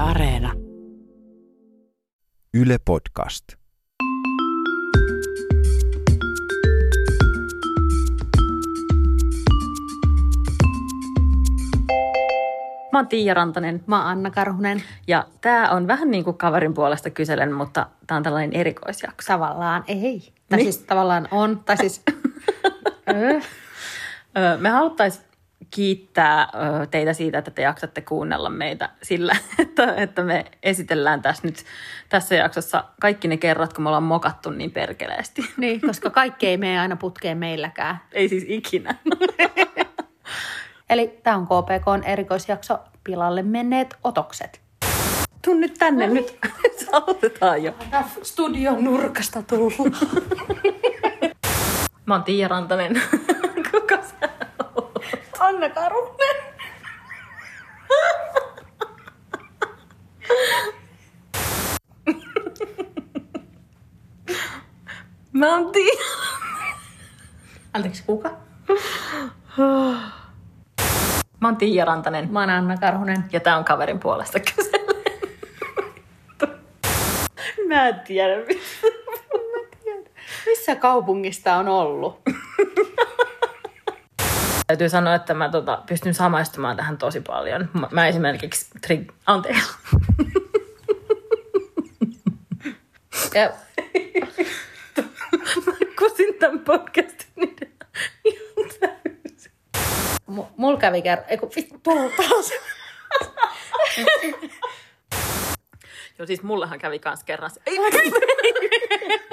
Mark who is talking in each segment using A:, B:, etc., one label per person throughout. A: Areena.
B: Yle Podcast.
C: Mä oon Tiia Rantanen
D: Mä oon Anna Karhunen
C: ja tämä on vähän niin kuin kaverin puolesta kyselen, mutta tämä on tällainen erikoisjakso.
D: tavallaan. Ei. Tai
C: Niin.
D: siis tavallaan on. Tai siis... Ö.
C: Öö, Me haluttaisiin kiittää öö, teitä siitä, että te jaksatte kuunnella meitä sillä, että, että me esitellään tässä nyt tässä jaksossa kaikki ne kerrat, kun me ollaan mokattu niin perkeleesti.
D: niin, koska kaikki ei mene aina putkeen meilläkään.
C: Ei siis ikinä.
D: Eli tämä on KPKn erikoisjakso Pilalle menneet otokset.
C: Tuu nyt tänne, nyt aloitetaan No niin. jo.
D: Studion nurkasta tullut.
C: Mä oon Tiia Rantanen. Kuka sä
D: Anna Karunen.
C: Mä oon Tiia.
D: Anteeksi, kuka?
C: Mä oon Tiia Rantanen.
D: Mä oon Anna Karhunen.
C: Ja tämä on kaverin puolesta kysellä. Mä en tiedä.
D: Missä kaupungista on ollut?
C: Täytyy sanoa, että mä tota, pystyn samaistumaan tähän tosi paljon. Mä, mä esimerkiksi... Tri... Anteeksi.
D: Ja
C: Mä kusin tämän podcastin idean ihan täysin.
D: mu- mulla kävi kerran... Eiku, vittu, tullut taas.
C: Joo, siis mullehan kävi kans kerran. se- Ei, ei, ei,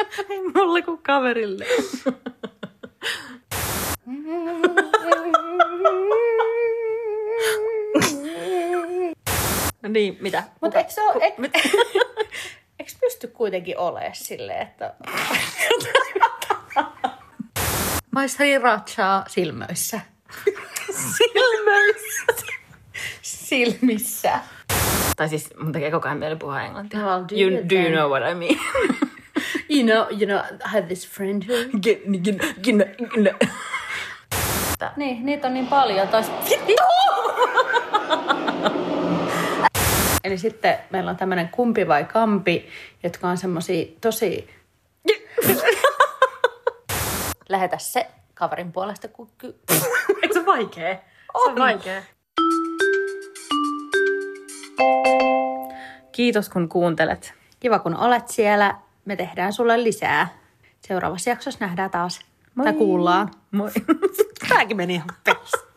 C: ei mulle kuin kaverille. No niin, mitä?
D: Mutta eikö se ole... Eikö, eikö pysty kuitenkin olemaan silleen, että... Maistari ratsaa silmöissä.
C: Silmäys.
D: Silmissä.
C: Tai siis mun tekee koko ajan mieli puhua englantia.
D: Well, do
C: you,
D: it
C: do you
D: then.
C: know what I mean?
D: You know, you know, I have this friend who...
C: Get, get, get, get.
D: Niin, niitä on niin paljon. Taas... Vittu! Eli sitten meillä on tämmöinen kumpi vai kampi, jotka on semmosia tosi... Lähetä se kaverin puolesta, kun... ky-
C: Eikö se vaikee?
D: On.
C: vaikee. Kiitos kun kuuntelet.
D: Kiva kun olet siellä. Me tehdään sulle lisää. Seuraavassa jaksossa nähdään taas. Moi. Tai kuullaan.
C: Moi.
D: Tämäkin meni ihan pestä.